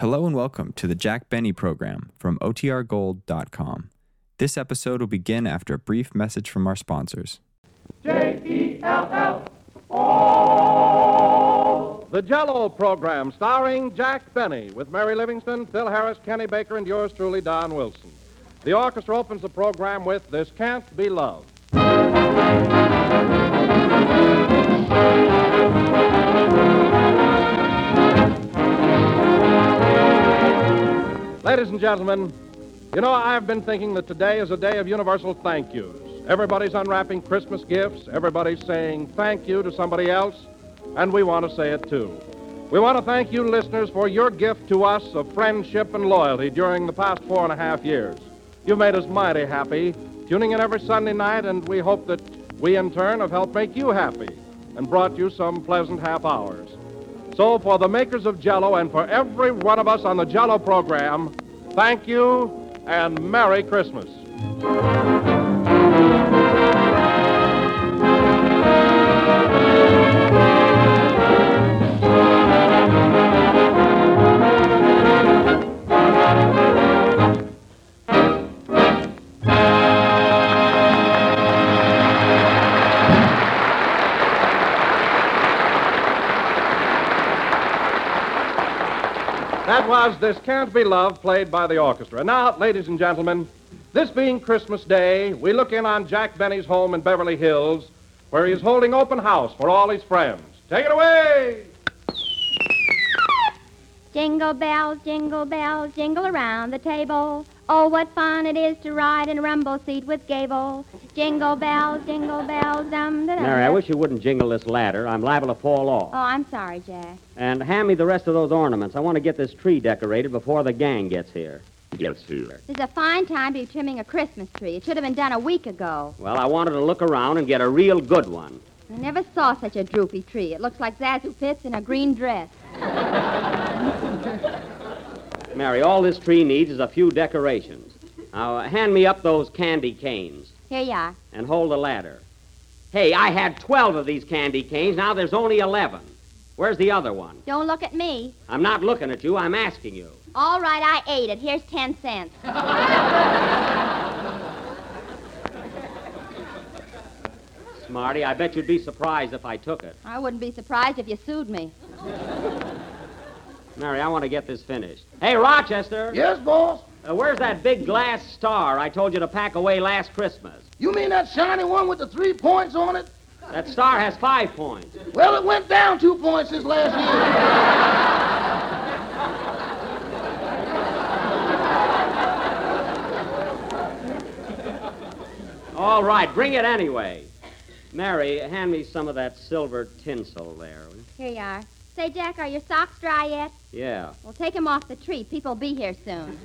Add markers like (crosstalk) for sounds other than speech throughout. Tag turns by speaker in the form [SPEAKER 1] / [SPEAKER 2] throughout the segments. [SPEAKER 1] Hello and welcome to the Jack Benny program from OTRGold.com. This episode will begin after a brief message from our sponsors.
[SPEAKER 2] The Jello program, starring Jack Benny, with Mary Livingston, Phil Harris, Kenny Baker, and yours truly, Don Wilson. The orchestra opens the program with "This Can't Be Love." Ladies and gentlemen, you know, I've been thinking that today is a day of universal thank yous. Everybody's unwrapping Christmas gifts, everybody's saying thank you to somebody else, and we want to say it too. We want to thank you, listeners, for your gift to us of friendship and loyalty during the past four and a half years. You've made us mighty happy, tuning in every Sunday night, and we hope that we, in turn, have helped make you happy and brought you some pleasant half hours. So, for the makers of Jello and for every one of us on the Jello program, thank you and Merry Christmas. That was This Can't Be Love, played by the orchestra. Now, ladies and gentlemen, this being Christmas Day, we look in on Jack Benny's home in Beverly Hills, where he is holding open house for all his friends. Take it away!
[SPEAKER 3] Jingle bells, jingle bells, jingle around the table. Oh, what fun it is to ride in a rumble seat with Gable. Jingle bells, jingle bells, dum da dum.
[SPEAKER 4] Mary, I wish you wouldn't jingle this ladder. I'm liable to fall
[SPEAKER 3] Oh,
[SPEAKER 4] off.
[SPEAKER 3] I'm sorry, Jack.
[SPEAKER 4] And hand me the rest of those ornaments. I want to get this tree decorated before the gang gets here.
[SPEAKER 5] Yes, sir.
[SPEAKER 3] There's a fine time to be trimming a Christmas tree. It should have been done a week ago.
[SPEAKER 4] Well, I wanted to look around and get a real good one.
[SPEAKER 3] I never saw such a droopy tree. It looks like Zazu Pitts in a green dress.
[SPEAKER 4] Mary, all this tree needs is a few decorations. Now, uh, hand me up those candy canes
[SPEAKER 3] Here you are.
[SPEAKER 4] and hold the ladder. Hey, I had 12 of these candy canes. Now there's only 11. Where's the other one?
[SPEAKER 3] Don't look at me.
[SPEAKER 4] I'm not looking at you. I'm asking you.
[SPEAKER 3] All right, I ate it. Here's ten cents.
[SPEAKER 4] Smarty, I bet you'd be surprised if I took it.
[SPEAKER 3] I wouldn't be surprised if you sued me.
[SPEAKER 4] Mary, I want to get this finished. Hey, Rochester!
[SPEAKER 6] Yes, boss.
[SPEAKER 4] Uh, where's that big glass star I told you to pack away last Christmas?
[SPEAKER 6] You mean that shiny one with the three points on it?
[SPEAKER 4] That star has five points.
[SPEAKER 6] Well, it went down two points since last year.
[SPEAKER 4] All right, bring it anyway. Mary, hand me some of that silver tinsel there. will you?
[SPEAKER 3] Here you are. Say, Jack, are your socks dry yet?
[SPEAKER 4] Yeah.
[SPEAKER 3] Well, take him off the tree. People'll be here soon.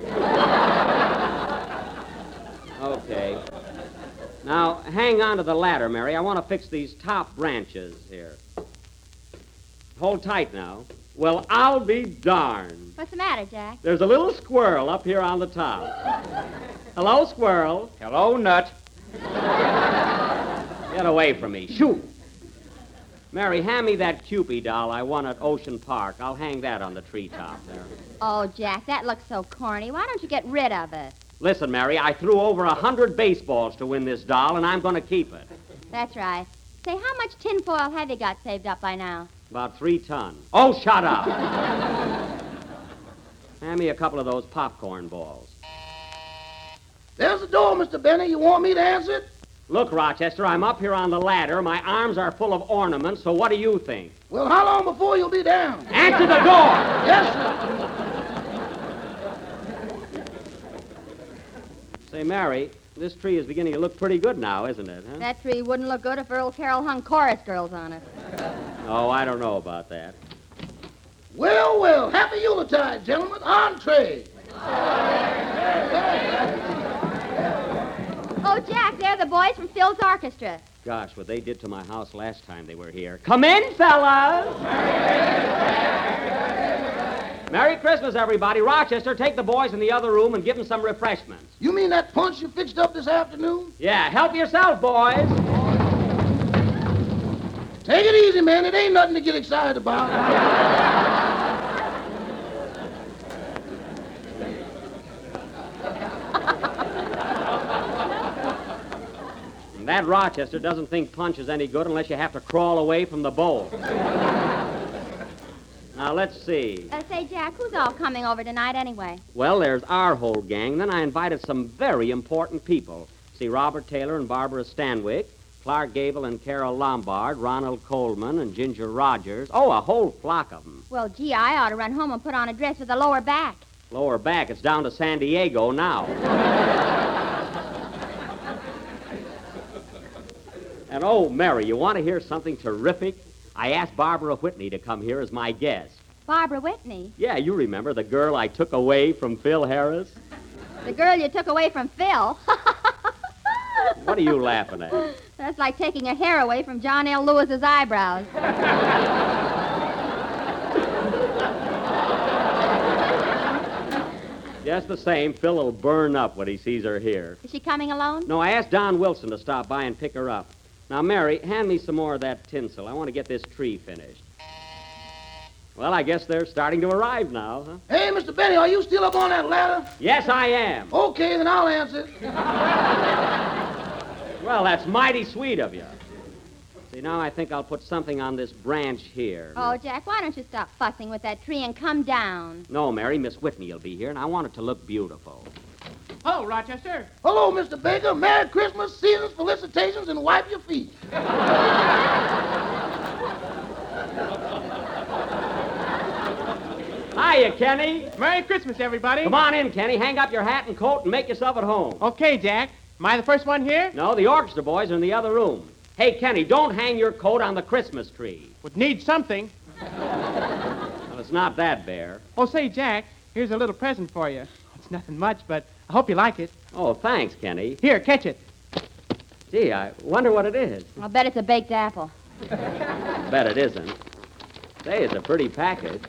[SPEAKER 4] Okay. Now, hang on to the ladder, Mary. I want to fix these top branches here. Hold tight now. Well, I'll be darned.
[SPEAKER 3] What's the matter, Jack?
[SPEAKER 4] There's a little squirrel up here on the top. Hello, squirrel.
[SPEAKER 2] Hello, Nut.
[SPEAKER 4] Get away from me. Shoot! Mary, hand me that Cupid doll I won at Ocean Park. I'll hang that on the treetop there.
[SPEAKER 3] Oh, Jack, that looks so corny. Why don't you get rid of it?
[SPEAKER 4] Listen, Mary, I threw over a hundred baseballs to win this doll, and I'm going to keep it.
[SPEAKER 3] That's right. Say, how much tinfoil have you got saved up by now?
[SPEAKER 4] About three tons. Oh, shut
[SPEAKER 2] (laughs)
[SPEAKER 4] up! hand me a couple of those popcorn balls.
[SPEAKER 6] There's the door, Mr. Benny. You want me to answer it?
[SPEAKER 4] Look, Rochester, I'm up here on the ladder. My arms are full of ornaments, so what do you think?
[SPEAKER 6] Well, how long before you'll be down?
[SPEAKER 4] Answer the door!
[SPEAKER 6] Yes, sir.
[SPEAKER 4] Say, Mary, this tree is beginning to look pretty good now, isn't it? Huh?
[SPEAKER 3] That tree wouldn't look good if Earl Carroll hung chorus girls on it.
[SPEAKER 4] Oh, I don't know about that.
[SPEAKER 6] Well, well. Happy Yuletide, gentlemen. Entree.
[SPEAKER 3] Oh, Jack, they're the boys from Phil's orchestra.
[SPEAKER 4] Gosh, what they did to my house last time they were here. Come in, fellas! Merry Christmas, everybody. Rochester, take the boys in the other room and give them some refreshments.
[SPEAKER 6] You mean that punch you fixed up this afternoon?
[SPEAKER 4] Yeah, help yourself, boys.
[SPEAKER 6] Take it easy, man. It ain't nothing to get excited about.
[SPEAKER 4] That Rochester doesn't think punch is any good unless you have to crawl away from the bowl. now, let's see.
[SPEAKER 3] Uh, say, Jack, who's all coming over tonight anyway?
[SPEAKER 4] Well, there's our whole gang. Then I invited some very important people. See, Robert Taylor and Barbara Stanwyck, Clark Gable and Carol Lombard, Ronald Coleman and Ginger Rogers. Oh, a whole flock of them.
[SPEAKER 3] Well, gee, I ought to run home and put on a dress with a lower back.
[SPEAKER 4] Lower back, it's down to San Diego now. and oh, Mary, you want to hear something terrific? I asked Barbara Whitney to come here as my guest.
[SPEAKER 3] Barbara Whitney,
[SPEAKER 4] Yeah, you remember the girl I took away from Phil Harris?
[SPEAKER 3] the girl you took away from Phil. (laughs)
[SPEAKER 4] What are you laughing at?
[SPEAKER 3] That's like taking a hair away from John L. Lewis's eyebrows.
[SPEAKER 4] Just the same, Phil will burn up when he sees her here.
[SPEAKER 3] Is she coming alone?
[SPEAKER 4] No, I asked Don Wilson to stop by and pick her up. Now, Mary, hand me some more of that tinsel. I want to get this tree finished. Well, I guess they're starting to arrive now, huh?
[SPEAKER 6] Hey, Mr. Benny, are you still up on that ladder?
[SPEAKER 4] Yes, I am.
[SPEAKER 6] Okay, then I'll answer.
[SPEAKER 4] Well, that's mighty sweet of you. See, now I think I'll put something on this branch here.
[SPEAKER 3] Oh, Jack, why don't you stop fussing with that tree and come down?
[SPEAKER 4] No, Mary, Miss Whitney will be here, and I want it to look beautiful.
[SPEAKER 5] Oh, Rochester.
[SPEAKER 6] Hello, Mr. Baker. Merry Christmas, seasons, felicitations, and wipe your feet.
[SPEAKER 4] Hiya, Kenny.
[SPEAKER 5] Merry Christmas, everybody.
[SPEAKER 4] Come on in, Kenny. Hang up your hat and coat and make yourself at home.
[SPEAKER 5] Okay, Jack. Am I the first one here?
[SPEAKER 4] No, the orchestra boys are in the other room. Hey, Kenny, don't hang your coat on the Christmas tree.
[SPEAKER 5] Would need something.
[SPEAKER 4] Well, it's not that bare.
[SPEAKER 5] Oh, say, Jack, here's a little present for you. It's nothing much, but I hope you like it.
[SPEAKER 4] Oh, thanks, Kenny.
[SPEAKER 5] Here, catch it.
[SPEAKER 4] Gee, I wonder what it is.
[SPEAKER 3] I'll bet it's a baked apple.
[SPEAKER 4] Bet it isn't. Say, it's a pretty package.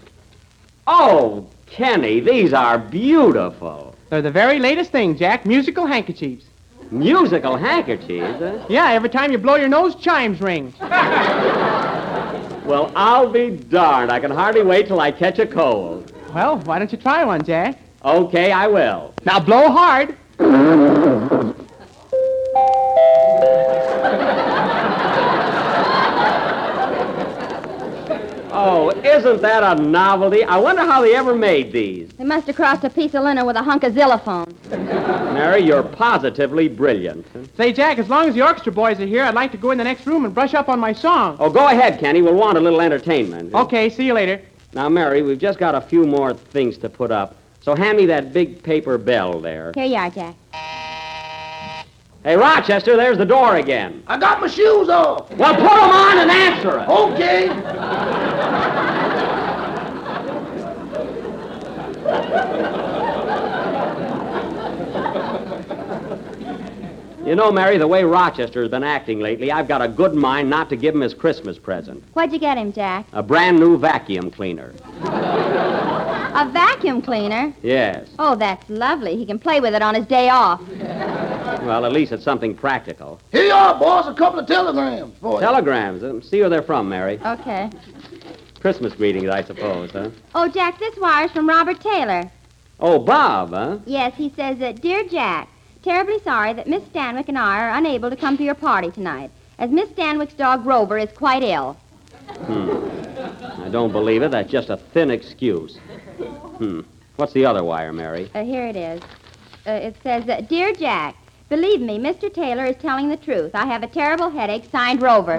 [SPEAKER 4] Oh, Kenny, these are beautiful.
[SPEAKER 5] They're the very latest thing, Jack. Musical handkerchiefs.
[SPEAKER 4] Musical handkerchiefs. huh?
[SPEAKER 5] Yeah, every time you blow your nose, chimes ring.
[SPEAKER 4] Well, I'll be darned. I can hardly wait till I catch a cold.
[SPEAKER 5] Well, why don't you try one, Jack?
[SPEAKER 4] Okay, I will.
[SPEAKER 5] Now blow hard.
[SPEAKER 4] Oh, isn't that a novelty? I wonder how they ever made these.
[SPEAKER 3] They must have crossed a piece of linen with a hunk of xylophone.
[SPEAKER 4] Mary, you're positively brilliant.
[SPEAKER 5] Say, Jack, as long as the orchestra boys are here, I'd like to go in the next room and brush up on my song.
[SPEAKER 4] Oh, go ahead, Kenny. We'll want a little entertainment.
[SPEAKER 5] Okay, see you later.
[SPEAKER 4] Now, Mary, we've just got a few more things to put up. So hand me that big paper bell there.
[SPEAKER 3] Here you are, Jack.
[SPEAKER 4] Hey, Rochester, there's the door again.
[SPEAKER 6] I got my shoes off.
[SPEAKER 4] Well, put 'em on and answer it.
[SPEAKER 6] Okay.
[SPEAKER 4] You know, Mary, the way Rochester's been acting lately, I've got a good mind not to give him his Christmas present
[SPEAKER 3] What'd you get him, Jack?
[SPEAKER 4] a brand new vacuum cleaner.
[SPEAKER 3] A vacuum cleaner?
[SPEAKER 4] Yes.
[SPEAKER 3] Oh, that's lovely. He can play with it on his day off.
[SPEAKER 4] Well, at least it's something practical.
[SPEAKER 6] Here you are, boss. A couple of telegrams for you.
[SPEAKER 4] Telegrams. uh, See where they're from, Mary.
[SPEAKER 3] Okay.
[SPEAKER 4] Christmas greetings, I suppose, huh?
[SPEAKER 3] Oh, Jack, this wire's from Robert Taylor.
[SPEAKER 4] Oh, Bob, huh?
[SPEAKER 3] Yes, he says that, Dear Jack, terribly sorry that Miss Stanwyck and I are unable to come to your party tonight, as Miss Stanwyck's dog Rover is quite ill.
[SPEAKER 4] I don't believe it. That's just a thin excuse. Hmm. What's the other wire, Mary?
[SPEAKER 3] Uh, here it is. Uh, it says, uh, Dear Jack, believe me, Mr. Taylor is telling the truth. I have a terrible headache, signed Rover.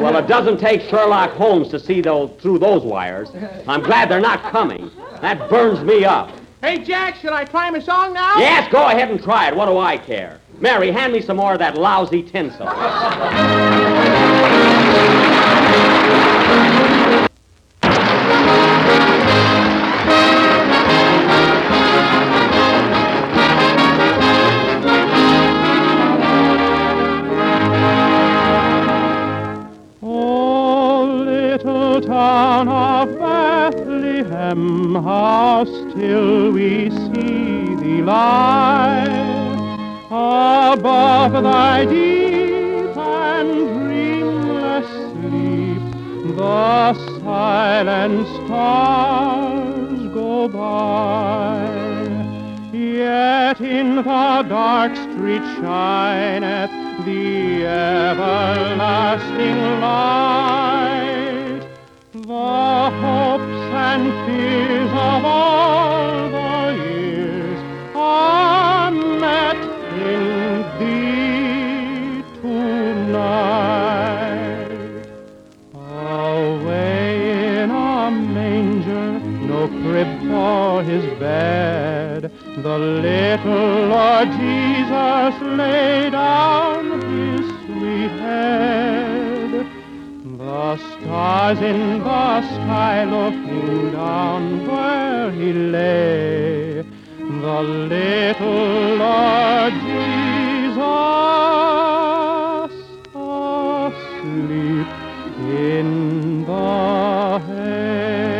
[SPEAKER 4] Well, it doesn't take Sherlock Holmes to see those, through those wires. I'm glad they're not coming. That burns me up.
[SPEAKER 5] Hey, Jack, shall I try my song now?
[SPEAKER 4] Yes, go ahead and try it. What do I care? Mary, hand me some more of that lousy tinsel.
[SPEAKER 5] Oh, little town of Bethlehem, how still we see thee lie. Above thy deep and dreamless sleep, the silent stars go
[SPEAKER 2] go by. Yet in the dark street shineth the everlasting light. The hopes and fears of all the years are met in thee tonight. Away in a manger, no crib for his bed. The little Lord Jesus lay down his sweet head. The stars in the sky looking down where he lay. The little Lord Jesus asleep in the hay.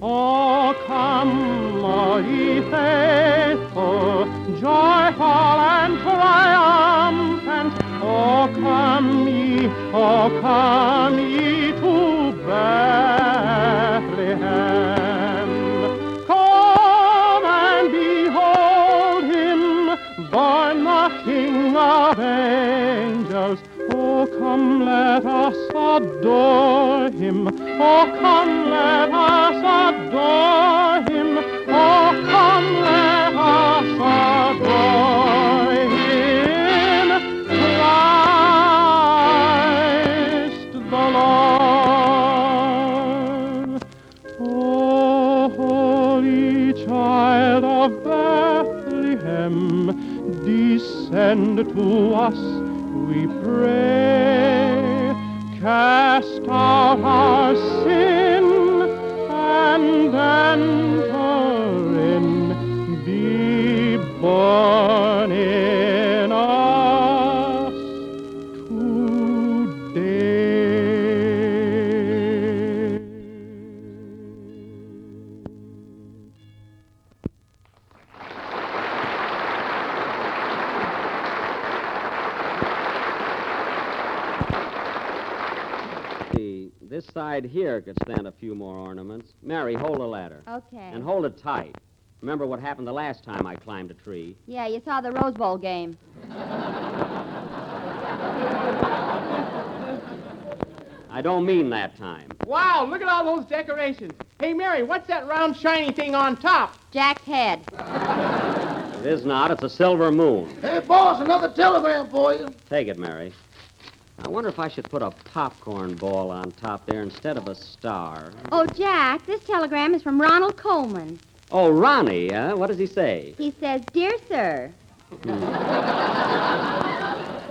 [SPEAKER 2] Oh, come, all ye faithful, joyful and triumphant. Oh, come ye, oh, come ye to Bethlehem. Come and behold him, born the King of angels. Oh, come, let us adore him. Oh, come, let us adore him. Oh, come, let us adore him. Christ the Lord. O holy child of Bethlehem, descend to us, we pray. Cast out our sin and enter in, be born in us today.
[SPEAKER 4] The, this side here could stand a few more ornaments. Mary, hold the ladder.
[SPEAKER 3] Okay.
[SPEAKER 4] And hold it tight. Remember what happened the last time I climbed a tree.
[SPEAKER 3] Yeah, you saw the Rose Bowl game.
[SPEAKER 4] I don't mean that time.
[SPEAKER 2] Wow, look at all those decorations. Hey, Mary, what's that round shiny thing on top?
[SPEAKER 3] Jack's head.
[SPEAKER 4] It is not. It's a silver moon.
[SPEAKER 7] Hey, boss, another telegram for you.
[SPEAKER 4] Take it, Mary. I wonder if I should put a popcorn ball on top there instead of a star.
[SPEAKER 3] Oh, Jack, this telegram is from Ronald Coleman.
[SPEAKER 4] Oh, Ronnie, huh? What does he say?
[SPEAKER 3] He says, Dear Sir,
[SPEAKER 8] Hmm.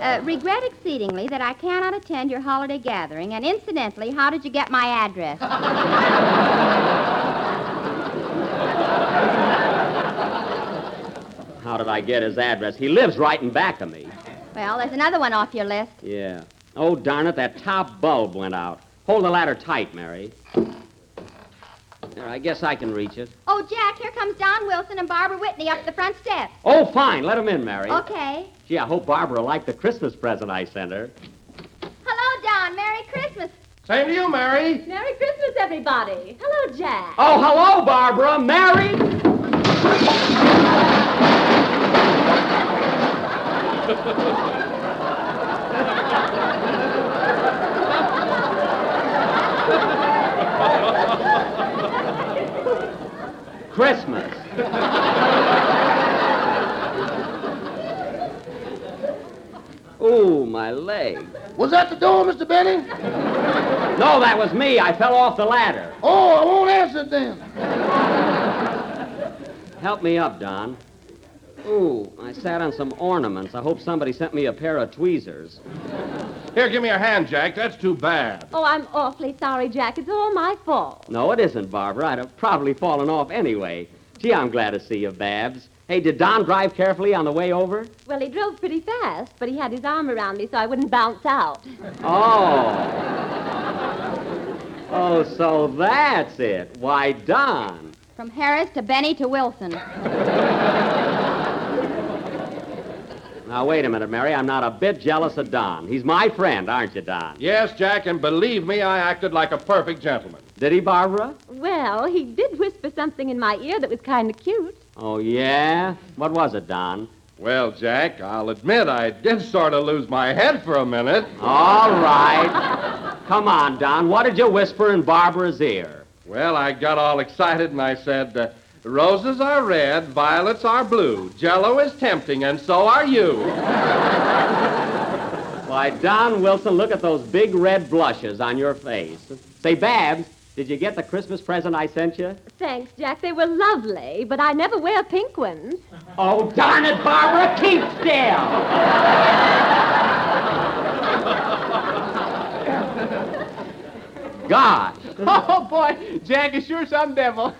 [SPEAKER 3] uh, regret exceedingly that I cannot attend your holiday gathering, and incidentally, how did you get my address?
[SPEAKER 4] How did I get his address? He lives right in back of me.
[SPEAKER 3] well, there's another one off your list.
[SPEAKER 4] Yeah. Oh, darn it, that top bulb went out. Hold the ladder tight, Mary. There, I guess I can reach it.
[SPEAKER 3] Oh, Jack, here comes Don Wilson and Barbara Whitney up the front steps.
[SPEAKER 4] Oh, fine, let him in, Mary.
[SPEAKER 7] Uh.
[SPEAKER 3] Okay.
[SPEAKER 4] Gee, I hope Barbara liked the Christmas present I sent her.
[SPEAKER 3] Hello, Don. Merry Christmas.
[SPEAKER 9] Same to you, Mary.
[SPEAKER 3] Merry Christmas, everybody. Hello, Jack.
[SPEAKER 4] Oh, hello, Barbara. Mary? Christmas. Ooh, my leg.
[SPEAKER 7] Was that the door, Mr. Benny?
[SPEAKER 4] No, that was me. I fell off the ladder.
[SPEAKER 7] Oh, I won't answer it then.
[SPEAKER 4] Help me up, Don. Ooh, I sat on some ornaments. I hope somebody sent me a pair of tweezers.
[SPEAKER 9] Here, give me a hand, Jack. That's too bad.
[SPEAKER 8] Oh, I'm awfully sorry, Jack. It's all my fault.
[SPEAKER 4] No, it isn't, Barbara. I'd have probably fallen off anyway. Gee, I'm glad to see you, Babs. Hey, did Don drive carefully on the way over?
[SPEAKER 8] Well, he drove pretty fast, but he had his arm around me so I wouldn't bounce out.
[SPEAKER 4] Oh. Oh, so that's it. Why, Don.
[SPEAKER 3] From Harris to Benny to Wilson.
[SPEAKER 4] Now, wait a minute, Mary. I'm not a bit jealous of Don. He's my friend, aren't you, Don?
[SPEAKER 2] Yes, Jack, and believe me, I acted like a perfect gentleman.
[SPEAKER 4] Did he, Barbara?
[SPEAKER 10] Well, he did whisper something in my ear that was kind of cute.
[SPEAKER 4] Oh, yeah? What was it, Don?
[SPEAKER 2] Well, Jack, I'll admit I did sort of lose my head for a minute.
[SPEAKER 4] All right. Come on, Don. What did you whisper in Barbara's ear?
[SPEAKER 2] Well, I got all excited and I said, uh, Roses are red, violets are blue, jello is tempting, and so are you.
[SPEAKER 4] Why, Don Wilson, look at those big red blushes on your face. Say, Babs, did you get the Christmas present I sent you?
[SPEAKER 10] Thanks, Jack. They were lovely, but I never wear pink ones.
[SPEAKER 4] Oh, darn it, Barbara, keep still. Gosh,
[SPEAKER 5] Oh, boy. Jack is sure some devil.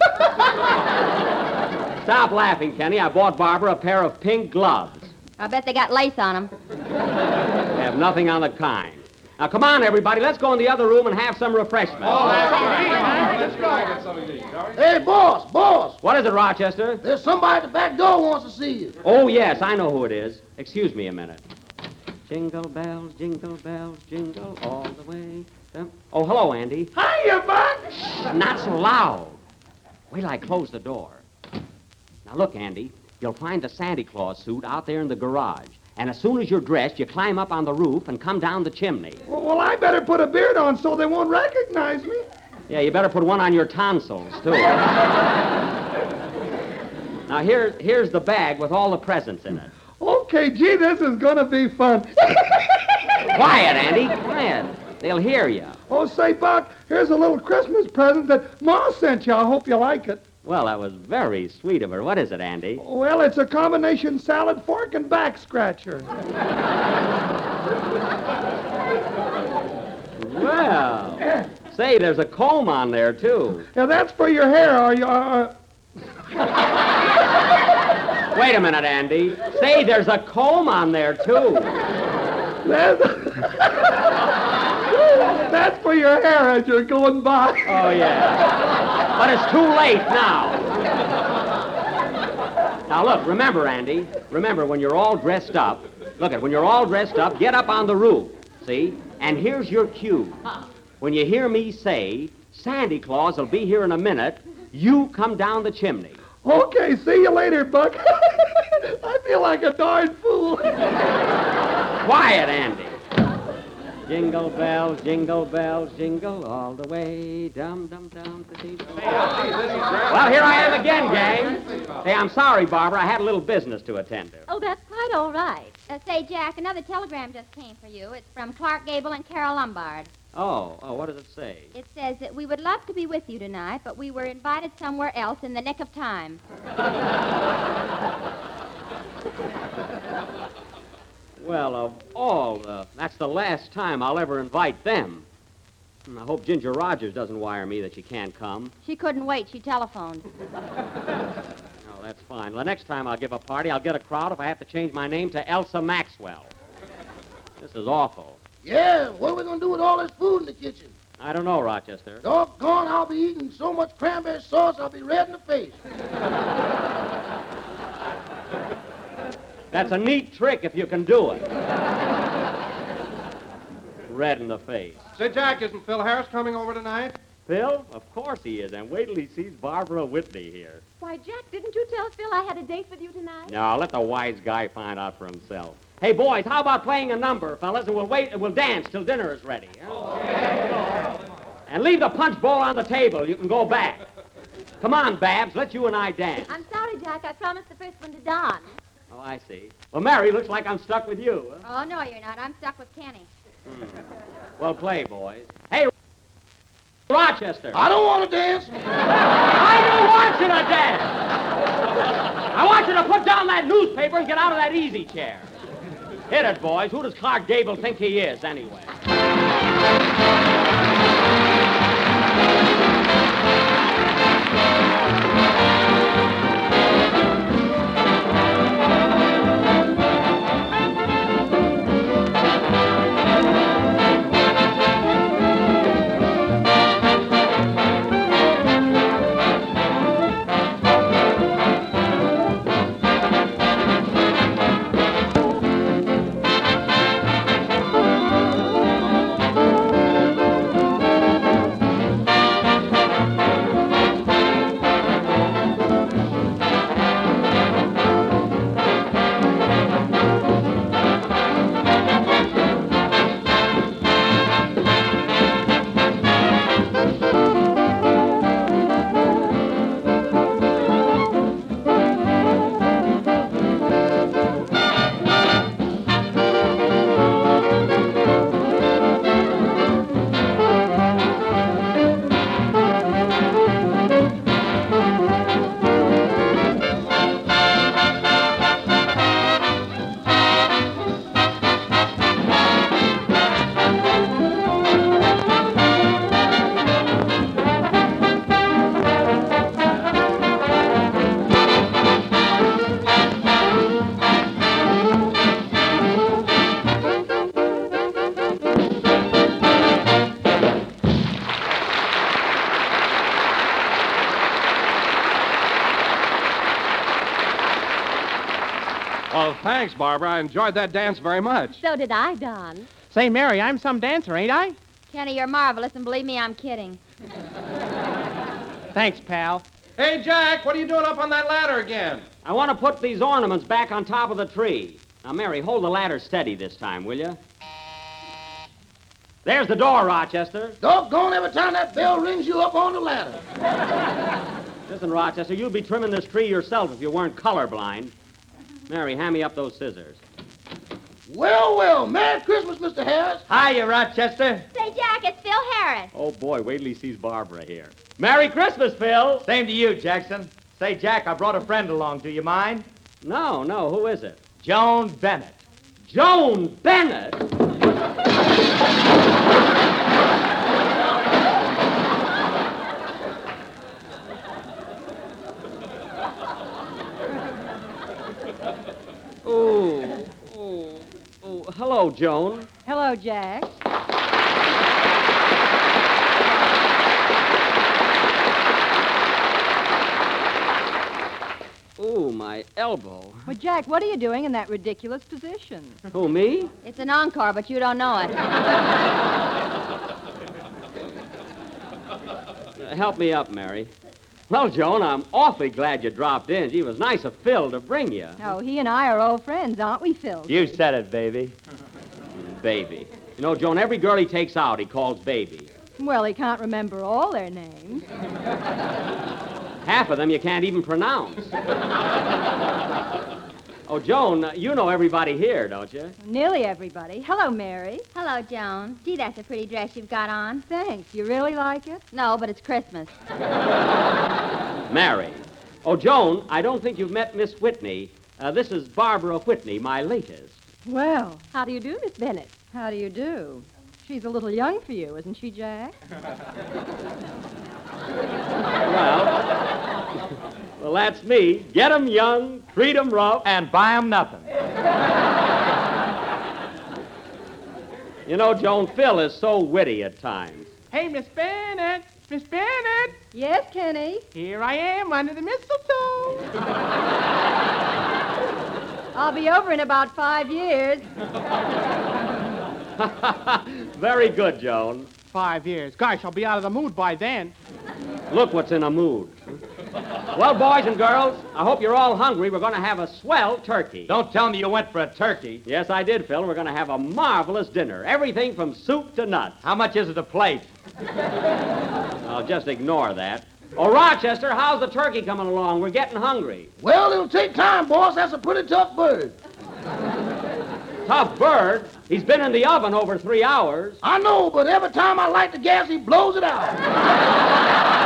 [SPEAKER 4] stop laughing, Kenny. I bought Barbara a pair of pink gloves.
[SPEAKER 3] I bet they got lace on them.
[SPEAKER 4] They have nothing on the kind. Now, come on, everybody. Let's go in the other room and have some refreshments.
[SPEAKER 6] Hey, boss, boss,
[SPEAKER 4] What is it, Rochester?
[SPEAKER 6] there's somebody at the back door wants to see you.
[SPEAKER 4] Oh, yes, I know who it is. Excuse me a minute. Jingle bells, jingle bells, jingle all the way. down- Oh, hello, Andy.
[SPEAKER 6] Hiya, Buck.
[SPEAKER 4] Not so loud. Wait till I close the door. Now, look, Andy, you'll find the Santa Claus suit out there in the garage. And as soon as you're dressed, you climb up on the roof and come down the chimney.
[SPEAKER 6] Well, well, I better put a beard on so they won't recognize me.
[SPEAKER 4] Yeah, you better put one on your tonsils, too. now, here, here's the bag with all the presents in it.
[SPEAKER 6] Okay, gee, this is gonna be fun.
[SPEAKER 4] Quiet, Andy, quiet. They'll hear you.
[SPEAKER 6] oh, say, Buck, here's a little Christmas present that Ma sent you. I hope you like it.
[SPEAKER 4] Well, that was very sweet of her. What is it, Andy?
[SPEAKER 6] Well, it's a combination salad fork and back scratcher.
[SPEAKER 4] Well, say, there's a comb on there, too.
[SPEAKER 6] Now, that's for your hair, or your... Uh,
[SPEAKER 4] Wait a minute, Andy. Say, there's a comb on there, too.
[SPEAKER 6] that's... that's for your hair as you're going by.
[SPEAKER 4] Oh, yeah. But it's too late now. Now, look, remember, Andy. Remember, when you're all dressed up, look at when you're all dressed up, get up on the roof, see? And here's your cue. When you hear me say, Sandy Claus will be here in a minute, you come down the chimney.
[SPEAKER 6] Okay, see you later, Buck. (laughs) I feel like a darn fool.
[SPEAKER 4] Quiet, Andy. Jingle bells, jingle bells, jingle all the way. Dum dum dum. da-dee. Well, here I am again, gang. Hey, I'm sorry, Barbara. I had a little business to attend to.
[SPEAKER 10] Oh, that's quite all right.
[SPEAKER 3] Uh, say, Jack, another telegram just came for you. It's from Clark Gable and Carol Lombard.
[SPEAKER 4] Oh, oh, what does it say?
[SPEAKER 3] It says that we would love to be with you tonight, but we were invited somewhere else in the nick of time.
[SPEAKER 4] Well, of all the, that's the last time I'll ever invite them. Hmm, I hope Ginger Rogers doesn't wire me that she can't come.
[SPEAKER 3] She couldn't wait. She telephoned.
[SPEAKER 4] No, that's fine. The next time I'll give a party, I'll get a crowd if I have to change my name to Elsa Maxwell. This is awful.
[SPEAKER 6] Yeah, what are we gonna do with all this food in the kitchen?
[SPEAKER 4] I don't know, Rochester.
[SPEAKER 6] Doggone, I'll be eating so much cranberry sauce, I'll be red in the face.
[SPEAKER 4] That's a neat trick if you can do it. Red in the face.
[SPEAKER 2] Say, Jack, isn't Phil Harris coming over tonight?
[SPEAKER 4] Phil? Of course he is, and wait till he sees Barbara Whitney here.
[SPEAKER 10] Why, Jack, didn't you tell Phil I had a date with you tonight?
[SPEAKER 4] Now, let the wise guy find out for himself. Hey, boys, how about playing a number, fellas, and we'll wait and we'll dance till dinner is ready. huh? And leave the punch bowl on the table. You can go back. Come on, Babs, let you and I dance.
[SPEAKER 10] I'm sorry, Jack. I promised the first one to Don.
[SPEAKER 4] Oh, I see. Well, Mary, looks like I'm stuck with you. huh?
[SPEAKER 3] Oh, no, you're not. I'm stuck with Kenny.
[SPEAKER 4] Well, play, boys. Hey, Rochester.
[SPEAKER 6] I don't want to dance.
[SPEAKER 4] I don't want you to dance. I want you to put down that newspaper and get out of that easy chair. Hit it, boys. Who does Clark Gable think he is, anyway?
[SPEAKER 2] Well, thanks, Barbara. I enjoyed that dance very much.
[SPEAKER 10] So did I, Don.
[SPEAKER 5] Say, Mary, I'm some dancer, ain't I?
[SPEAKER 3] Kenny, you're marvelous, and believe me, I'm kidding.
[SPEAKER 5] Thanks, pal.
[SPEAKER 2] Hey, Jack, what are you doing up on that ladder again?
[SPEAKER 4] I want to put these ornaments back on top of the tree. Now, Mary, hold the ladder steady this time, will you? There's the door, Rochester.
[SPEAKER 6] Doggone every time that bell rings you up on the ladder.
[SPEAKER 4] Listen, Rochester, you'd be trimming this tree yourself if you weren't colorblind. Mary, hand me up those scissors.
[SPEAKER 6] Well, Oh, well, Merry Christmas, Mr. Harris.
[SPEAKER 4] Hiya, Rochester.
[SPEAKER 3] Say, Jack, it's Phil Harris.
[SPEAKER 4] Oh, boy, wait till he sees Barbara here. Merry Christmas, Phil.
[SPEAKER 11] Same to you, Jackson. Say, Jack, I brought a friend along. Do you mind?
[SPEAKER 4] No, no, who is it?
[SPEAKER 11] Joan Bennett.
[SPEAKER 4] Joan Bennett. Ooh, ooh, ooh. Hello, Joan.
[SPEAKER 10] Hello, Jack.
[SPEAKER 4] Ooh, my elbow.
[SPEAKER 12] Well, Jack, what are you doing in that ridiculous position?
[SPEAKER 4] Who, me?
[SPEAKER 3] It's an encore, but you don't know it.
[SPEAKER 4] Uh, help me up, Mary. Well, Joan, I'm awfully glad you dropped in. Gee, It was nice of Phil to bring you.
[SPEAKER 12] No, he and I are old friends, aren't we, Phil?
[SPEAKER 11] You said it, baby.
[SPEAKER 4] Mm, Baby. You know, Joan, every girl he takes out, he calls baby.
[SPEAKER 12] Well, he can't remember all their names.
[SPEAKER 4] Half of them you can't even pronounce. (laughs) oh, Joan, uh, you know everybody here, don't you?
[SPEAKER 12] Nearly everybody. Hello, Mary.
[SPEAKER 3] Hello, Joan. Gee, that's a pretty dress you've got on.
[SPEAKER 12] Thanks. You really like it?
[SPEAKER 3] No, but it's Christmas.
[SPEAKER 4] Mary. Oh, Joan, I don't think you've met Miss Whitney. Uh, this is Barbara Whitney, my latest.
[SPEAKER 12] Well,
[SPEAKER 10] How do you do, Miss Bennett?
[SPEAKER 12] how do you do? She's a little young for you, isn't she, Jack?
[SPEAKER 4] Well, (laughs) well, that's me. Get 'em young, treat 'em rough.
[SPEAKER 11] And buy 'em nothing.
[SPEAKER 4] You know, Joan, Phil is so witty at times.
[SPEAKER 5] Hey, Miss Bennett. Miss Bennett.
[SPEAKER 12] Yes, Kenny.
[SPEAKER 5] Here I am under the mistletoe.
[SPEAKER 12] I'll be over in about five years.
[SPEAKER 4] Very good, Joan.
[SPEAKER 5] Five years. Gosh, I'll be out of the mood by then.
[SPEAKER 4] Look what's in a mood. Well, boys and girls, I hope you're all hungry. We're going to have a swell turkey.
[SPEAKER 11] Don't tell me you went for a turkey.
[SPEAKER 4] Yes, I did, Phil. We're going to have a marvelous dinner. Everything from soup to nuts.
[SPEAKER 11] How much is it a plate?
[SPEAKER 4] I'll just ignore that. Oh, Rochester, how's the turkey coming along? We're getting hungry.
[SPEAKER 6] Well, it'll take time, boss. That's a pretty tough bird.
[SPEAKER 4] Tough bird. He's been in the oven over three hours.
[SPEAKER 6] I know, but every time I light the gas, he blows it out.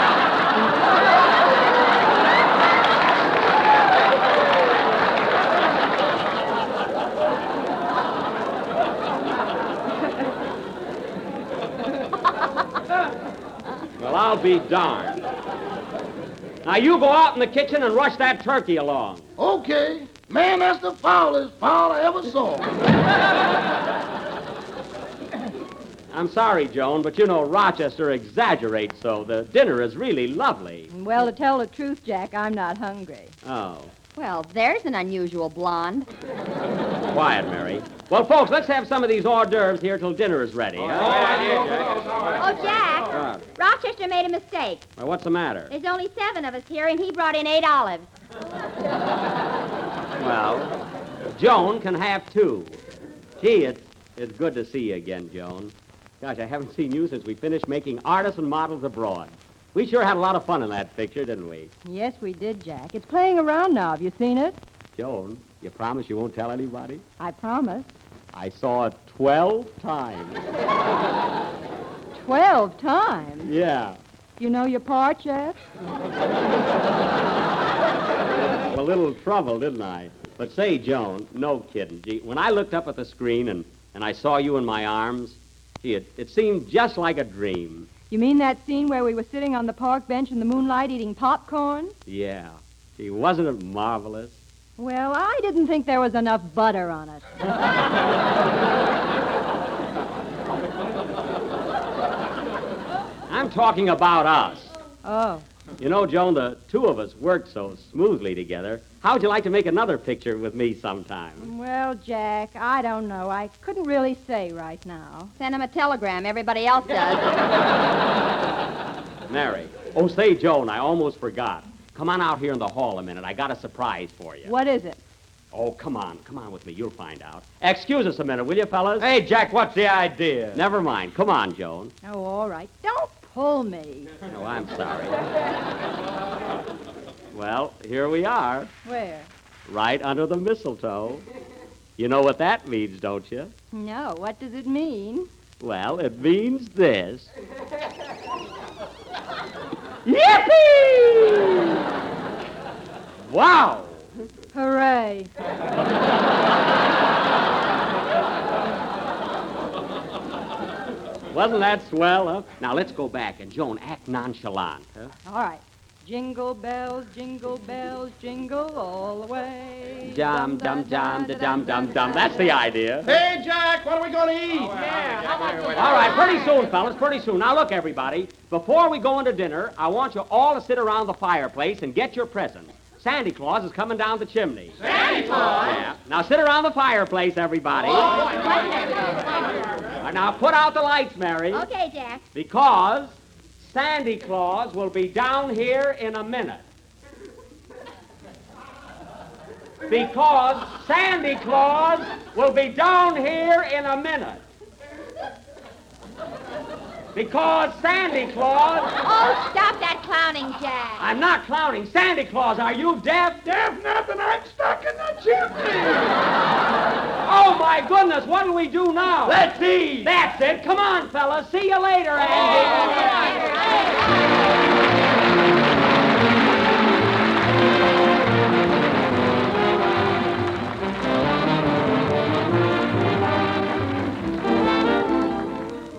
[SPEAKER 4] Well, I'll be darned. Now, you go out in the kitchen and rush that turkey along.
[SPEAKER 6] Okay. Man, that's the foulest foul I ever saw.
[SPEAKER 4] I'm sorry, Joan, but you know Rochester exaggerates so. The dinner is really lovely.
[SPEAKER 12] Well, to tell the truth, Jack, I'm not hungry.
[SPEAKER 4] Oh.
[SPEAKER 3] Well, there's an unusual blonde.
[SPEAKER 4] Quiet, Mary. Well, folks, let's have some of these hors d'oeuvres here till dinner is ready. Huh?
[SPEAKER 3] Oh, Jack, Rochester made a mistake.
[SPEAKER 4] Well, what's the matter?
[SPEAKER 3] There's only seven of us here, and he brought in eight olives.
[SPEAKER 4] Well, Joan can have two. Gee, it's, it's good to see you again, Joan. Gosh, I haven't seen you since we finished making Artists and Models Abroad. We sure had a lot of fun in that picture, didn't we?
[SPEAKER 12] Yes, we did, Jack. It's playing around now. Have you seen it?
[SPEAKER 4] Joan, you promise you won't tell anybody?
[SPEAKER 12] I promise.
[SPEAKER 4] I saw it 12 times.
[SPEAKER 12] Twelve times.
[SPEAKER 4] Yeah.
[SPEAKER 12] You know your part, Jack?
[SPEAKER 4] I'm a little trouble, didn't I? But say, Joan, no kidding. Gee, when I looked up at the screen and, and I saw you in my arms, gee, it, it seemed just like a dream.
[SPEAKER 12] You mean that scene where we were sitting on the park bench in the moonlight eating popcorn?
[SPEAKER 4] Yeah. Gee, wasn't it marvelous?
[SPEAKER 12] Well, I didn't think there was enough butter on it.
[SPEAKER 4] I'm talking about us.
[SPEAKER 12] Oh,
[SPEAKER 4] You know, Joan, the two of us worked so smoothly together. How would you like to make another picture with me sometime?
[SPEAKER 12] Well, Jack, I don't know. I couldn't really say right now.
[SPEAKER 3] Send him a telegram. Everybody else does.
[SPEAKER 4] Mary. Oh, say, Joan, I almost forgot. Come on out here in the hall a minute. I got a surprise for you.
[SPEAKER 12] What is it?
[SPEAKER 4] Oh, come on. Come on with me. You'll find out. Excuse us a minute, will you, fellas?
[SPEAKER 11] Hey, Jack, what's the idea?
[SPEAKER 4] Never mind. Come on, Joan.
[SPEAKER 12] Oh, all right. Don't pull me.
[SPEAKER 4] Oh, I'm sorry. well, here we are,
[SPEAKER 12] Where?
[SPEAKER 4] right under the mistletoe. You know what that means, don't you?
[SPEAKER 12] No, what does it mean?
[SPEAKER 4] Well, it means this. Yippee! Wow!
[SPEAKER 12] Hooray.
[SPEAKER 4] Wasn't that swell, huh? Now let's go back and Joan, act nonchalant, huh?
[SPEAKER 12] All right. Jingle bells, jingle bells, jingle all the way.
[SPEAKER 4] Dum dum dum da dum dum dum. That's the idea.
[SPEAKER 11] Hey, Jack, what are we going to eat?
[SPEAKER 4] All right, pretty soon, fellas, pretty soon. Now, look, everybody, before we go into dinner, I want you all to sit around the fireplace and get your presents. Santa Claus is coming down the chimney. Santa Claus? Oh, Yeah. Now, sit around the fireplace, everybody. All right, now, put out the lights, Mary,
[SPEAKER 3] okay, Jack.
[SPEAKER 4] because Santa Claus will be down here in a minute. Because Santa Claus will be down here in a minute. Because Santa Claus.
[SPEAKER 3] Oh, stop that clowning, Jack.
[SPEAKER 4] I'm not clowning. Santa Claus, are you deaf? Deaf nothing. I'm stuck in the chimney. oh, my goodness. What do we do now?
[SPEAKER 11] Let's eat.
[SPEAKER 4] That's it. Come on, fellas. See you later, Andy.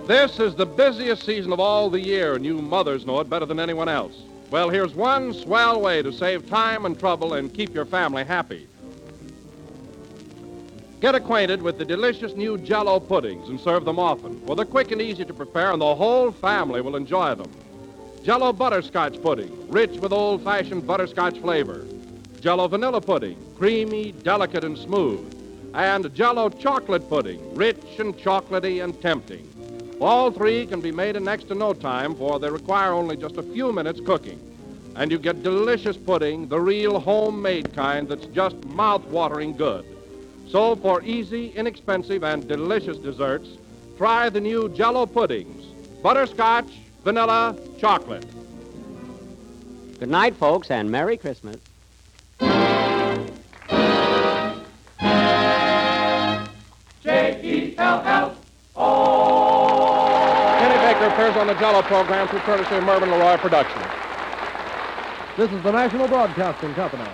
[SPEAKER 2] This is the busiest season of all the year, and you mothers know it better than anyone else. Well, here's one swell way to save time and trouble and keep your family happy. Get acquainted with the delicious new jello puddings and serve them often, for they're quick and easy to prepare, and the whole family will enjoy them. Jello butterscotch pudding, rich with old fashioned butterscotch flavor. Jello vanilla pudding, creamy, delicate, and smooth. And Jello chocolate pudding, rich and chocolatey and tempting. All three can be made in next to no time, for they require only just a few minutes cooking. And you get delicious pudding, the real homemade kind that's just mouth-watering good. So for easy, inexpensive, and delicious desserts, try the new Jello puddings: butterscotch, vanilla, chocolate.
[SPEAKER 4] Good night, folks, and Merry Christmas.
[SPEAKER 2] Kenny Baker appears on the Jello program through courtesy of Mervyn Leroy Productions.
[SPEAKER 6] This is the National Broadcasting Company.